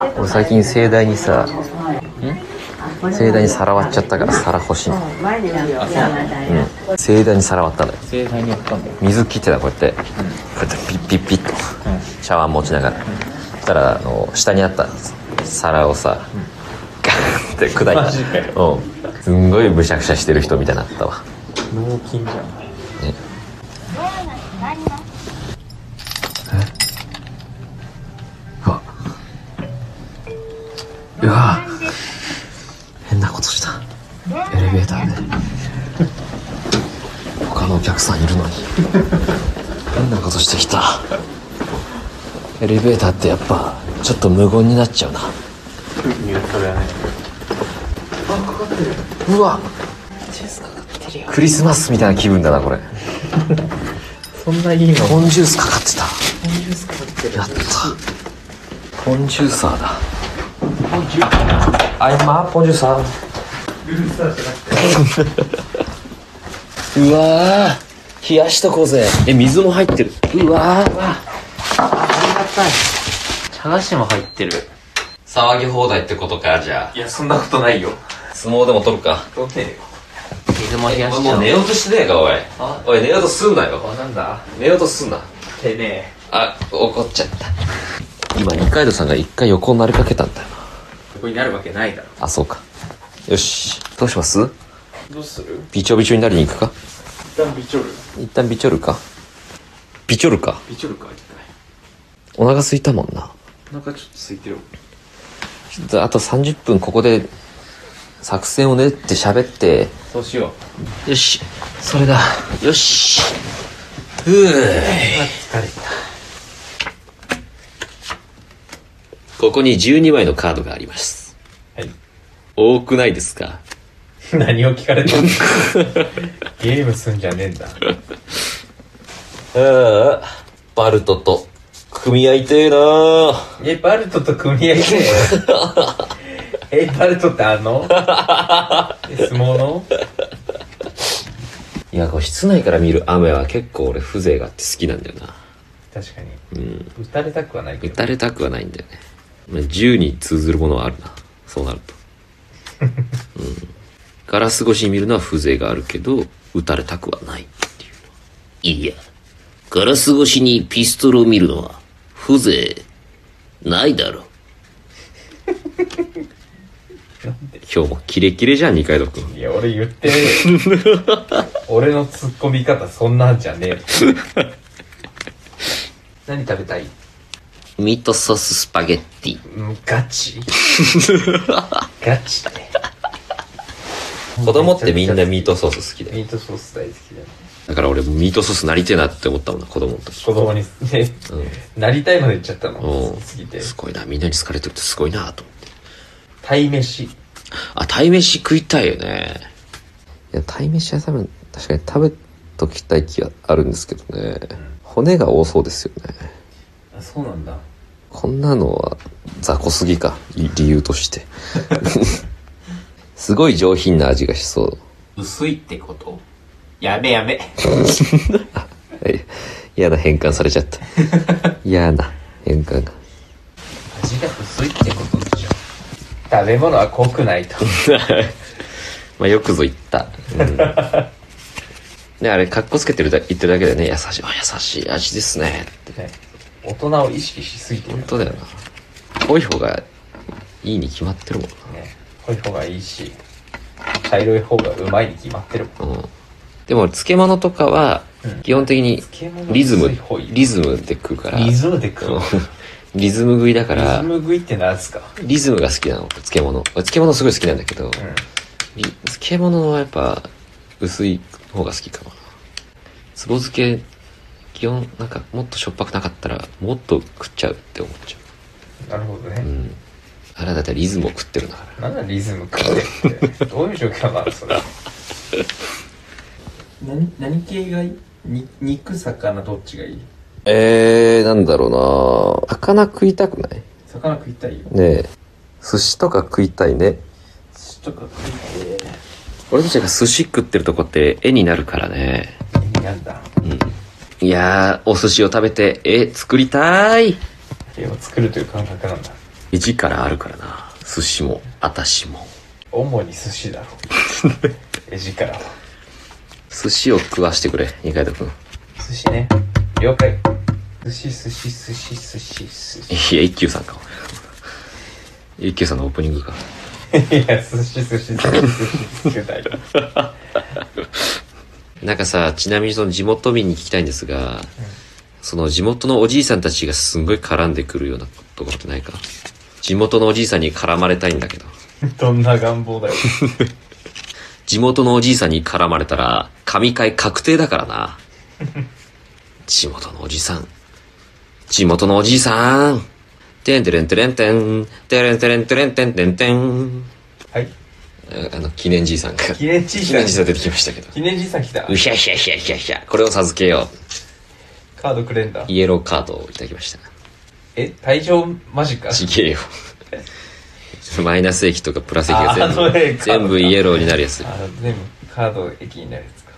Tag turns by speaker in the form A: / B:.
A: 俺最近盛大にさん盛大に皿割っちゃったから皿欲しいのうん盛大に皿割ったのよ
B: 盛大にやったんだよ
A: 水切ってたこうやってこうやってピッピッピッとシャワー持ちながらそしたらあの下にあった皿をさガーンって砕
B: マジ
A: い
B: で
A: たうんすんごいむしゃくしゃしてる人みたいになったわ
B: 脳筋じゃん
A: ねうわうわ変なことしたエレベーターで他のお客さんいるのに変なことしてきたエレベーターってやっぱちょっと無言になっちゃうな
B: それはね
A: うわクリスマスみたいな気分だなこれ
B: そんないいの
A: ポンジュースかかってたやったポンジューサーだあ今ポンジューサー うわー冷やしとこうぜえ水も入ってるうわー
B: 茶菓子も入ってる
A: 騒ぎ放題ってことかじゃあ
B: いやそんなことないよ
A: 相撲でも取るか
B: どんねよ水も冷や
A: おい
B: しち
A: も
B: ゃ
A: う
B: う
A: 寝ようとしてねえかおい
B: あ
A: おい寝ようとすんなよ
B: あなんだ
A: 寝ようとすんな
B: てね
A: あ怒っちゃった今二階堂さんが一回横になりかけたんだよな
B: ここになるわけないだろ
A: あそうかよしどうします
B: どうする
A: びちょびちょになりに行くか
B: 一旦ビチョル
A: 一旦びちょるかびちょるか
B: ビチョルか一
A: お腹空いたもんな
B: 回なんかちょっと空いてる
A: ちょっとあと30分ここで作戦を練って喋って
B: そうしよ
A: よしそれだよしう
B: う
A: ー
B: あ疲れ
A: ここに12枚のカードがあります
B: たはい
A: 多くないですか
B: 何を聞かれてんのゲームすんじゃねえんだ
A: ああバルトと組合いてえなあ
B: えバルトと組み合いでえバルトってあ のえ相撲の
A: いやこう室内から見る雨は結構俺風情があって好きなんだよな
B: 確かに
A: うん
B: 打たれたくはないけ
A: 打
B: ど
A: たれたくはないんだよねまあ銃に通ずるものはあるなそうなると、うん、ガラス越しに見るのは風情があるけど打たれたくはないっていうのいやガラス越しにピストルを見るのは風情ないだろ今日もキレキレじゃん二階堂君
B: いや俺言って ねえよ俺の突っ込み方そんなんじゃねえよ 何食べたい
A: ミートソーススパゲッティ
B: うんガ チガチ で
A: 子供ってみんなミートソース好きだよ
B: ミートソース大好きだね
A: だから俺ミートソースなりてえなって思ったもんな子供の時
B: 子供にね、なりたいまで言っちゃったの
A: お
B: 好きて
A: すごいなみんなに好かれてるってすごいなと思って
B: 鯛めし
A: あ鯛めし食いたいよねいや鯛めしは多分確かに食べときたい気があるんですけどね骨が多そうですよね
B: あそうなんだ
A: こんなのは雑魚すぎかい理由として すごい上品な味がしそう
B: 薄いってことやべや べ
A: はい嫌な変換されちゃった 嫌な変換が
B: 味が薄いってことでしょ食べ物は濃くないと
A: まあよくぞ言った、うん、ねあれかっこつけてるだ言ってるだけでね優しいあ優しい味ですねって
B: ね大人を意識しすぎてる
A: 本当だよな濃い方がいいに決まってるもん
B: ね濃い方がいいし茶色い方がうまいに決まってるもん
A: な、うん、でも俺漬物とかは
B: うん
A: 基本的に
B: 漬物
A: リズム、
B: 薄い方いい
A: リズムで食うから
B: リズムで食う
A: うんリズム食いだか
B: リズ
A: ら
B: ム食いってなんすか
A: リズムが好きなの俺漬物俺漬物すごい好きなんだけど、
B: うん
A: り漬物はやっぱ薄い方が好きかもなつぼ漬け基本なんかもっとしょっぱくなかったらもっと食っちゃうって思っちゃ
B: なるほどね、
A: ううんあれだってリズムを食ってるんだから
B: なんだリズム食ってってどういう状況なのそれ 何何系がいいに肉魚どっちがいい
A: えー、なんだろうな魚食いたくない
B: 魚食いたいよ
A: ねえ寿司とか食いたいね
B: 寿司とか食いて
A: 俺たちが寿司食ってるとこって絵になるからね
B: 意味あんだ
A: うんいやーお寿司を食べて絵作りたーい
B: 絵を作るという感覚なんだ
A: 一からあるからな寿司もあたしも
B: 主に寿司だろ絵力は
A: 寿司を食わしてくれ二階堂君
B: 寿司ね了解寿司寿司寿司寿司寿司
A: いや一休さんか一休さんのオープニングか
B: いや寿司寿司寿司寿司寿司だよ
A: なんかさちなみにその地元民に聞きたいんですが、その地元のおじいさんたちがすんごい絡んでくるようなところってないか地元のおじいさんに絡まれたいんだけど
B: どんな願望だよ
A: 地元のおじいさんに絡まれたら神会確定だから な地元のおじさん地元のおじいさんてんてれんてれんてんてれんてれんてれんてんてんてん
B: はい
A: ああの記念じいさんが
B: 記念じいさん
A: 記念じいさん出てきましたけど
B: 記念じいさん来た
A: うひゃひゃひゃひゃひゃこれを授けよ
B: カードくれんだ
A: うイエローカードをいただきました
B: え退場マジか
A: ちげえよマイナス益とかプラス益が
B: あ
A: 全
B: それ
A: 部全部イエローになるやつ
B: あ全部カード駅になるやつか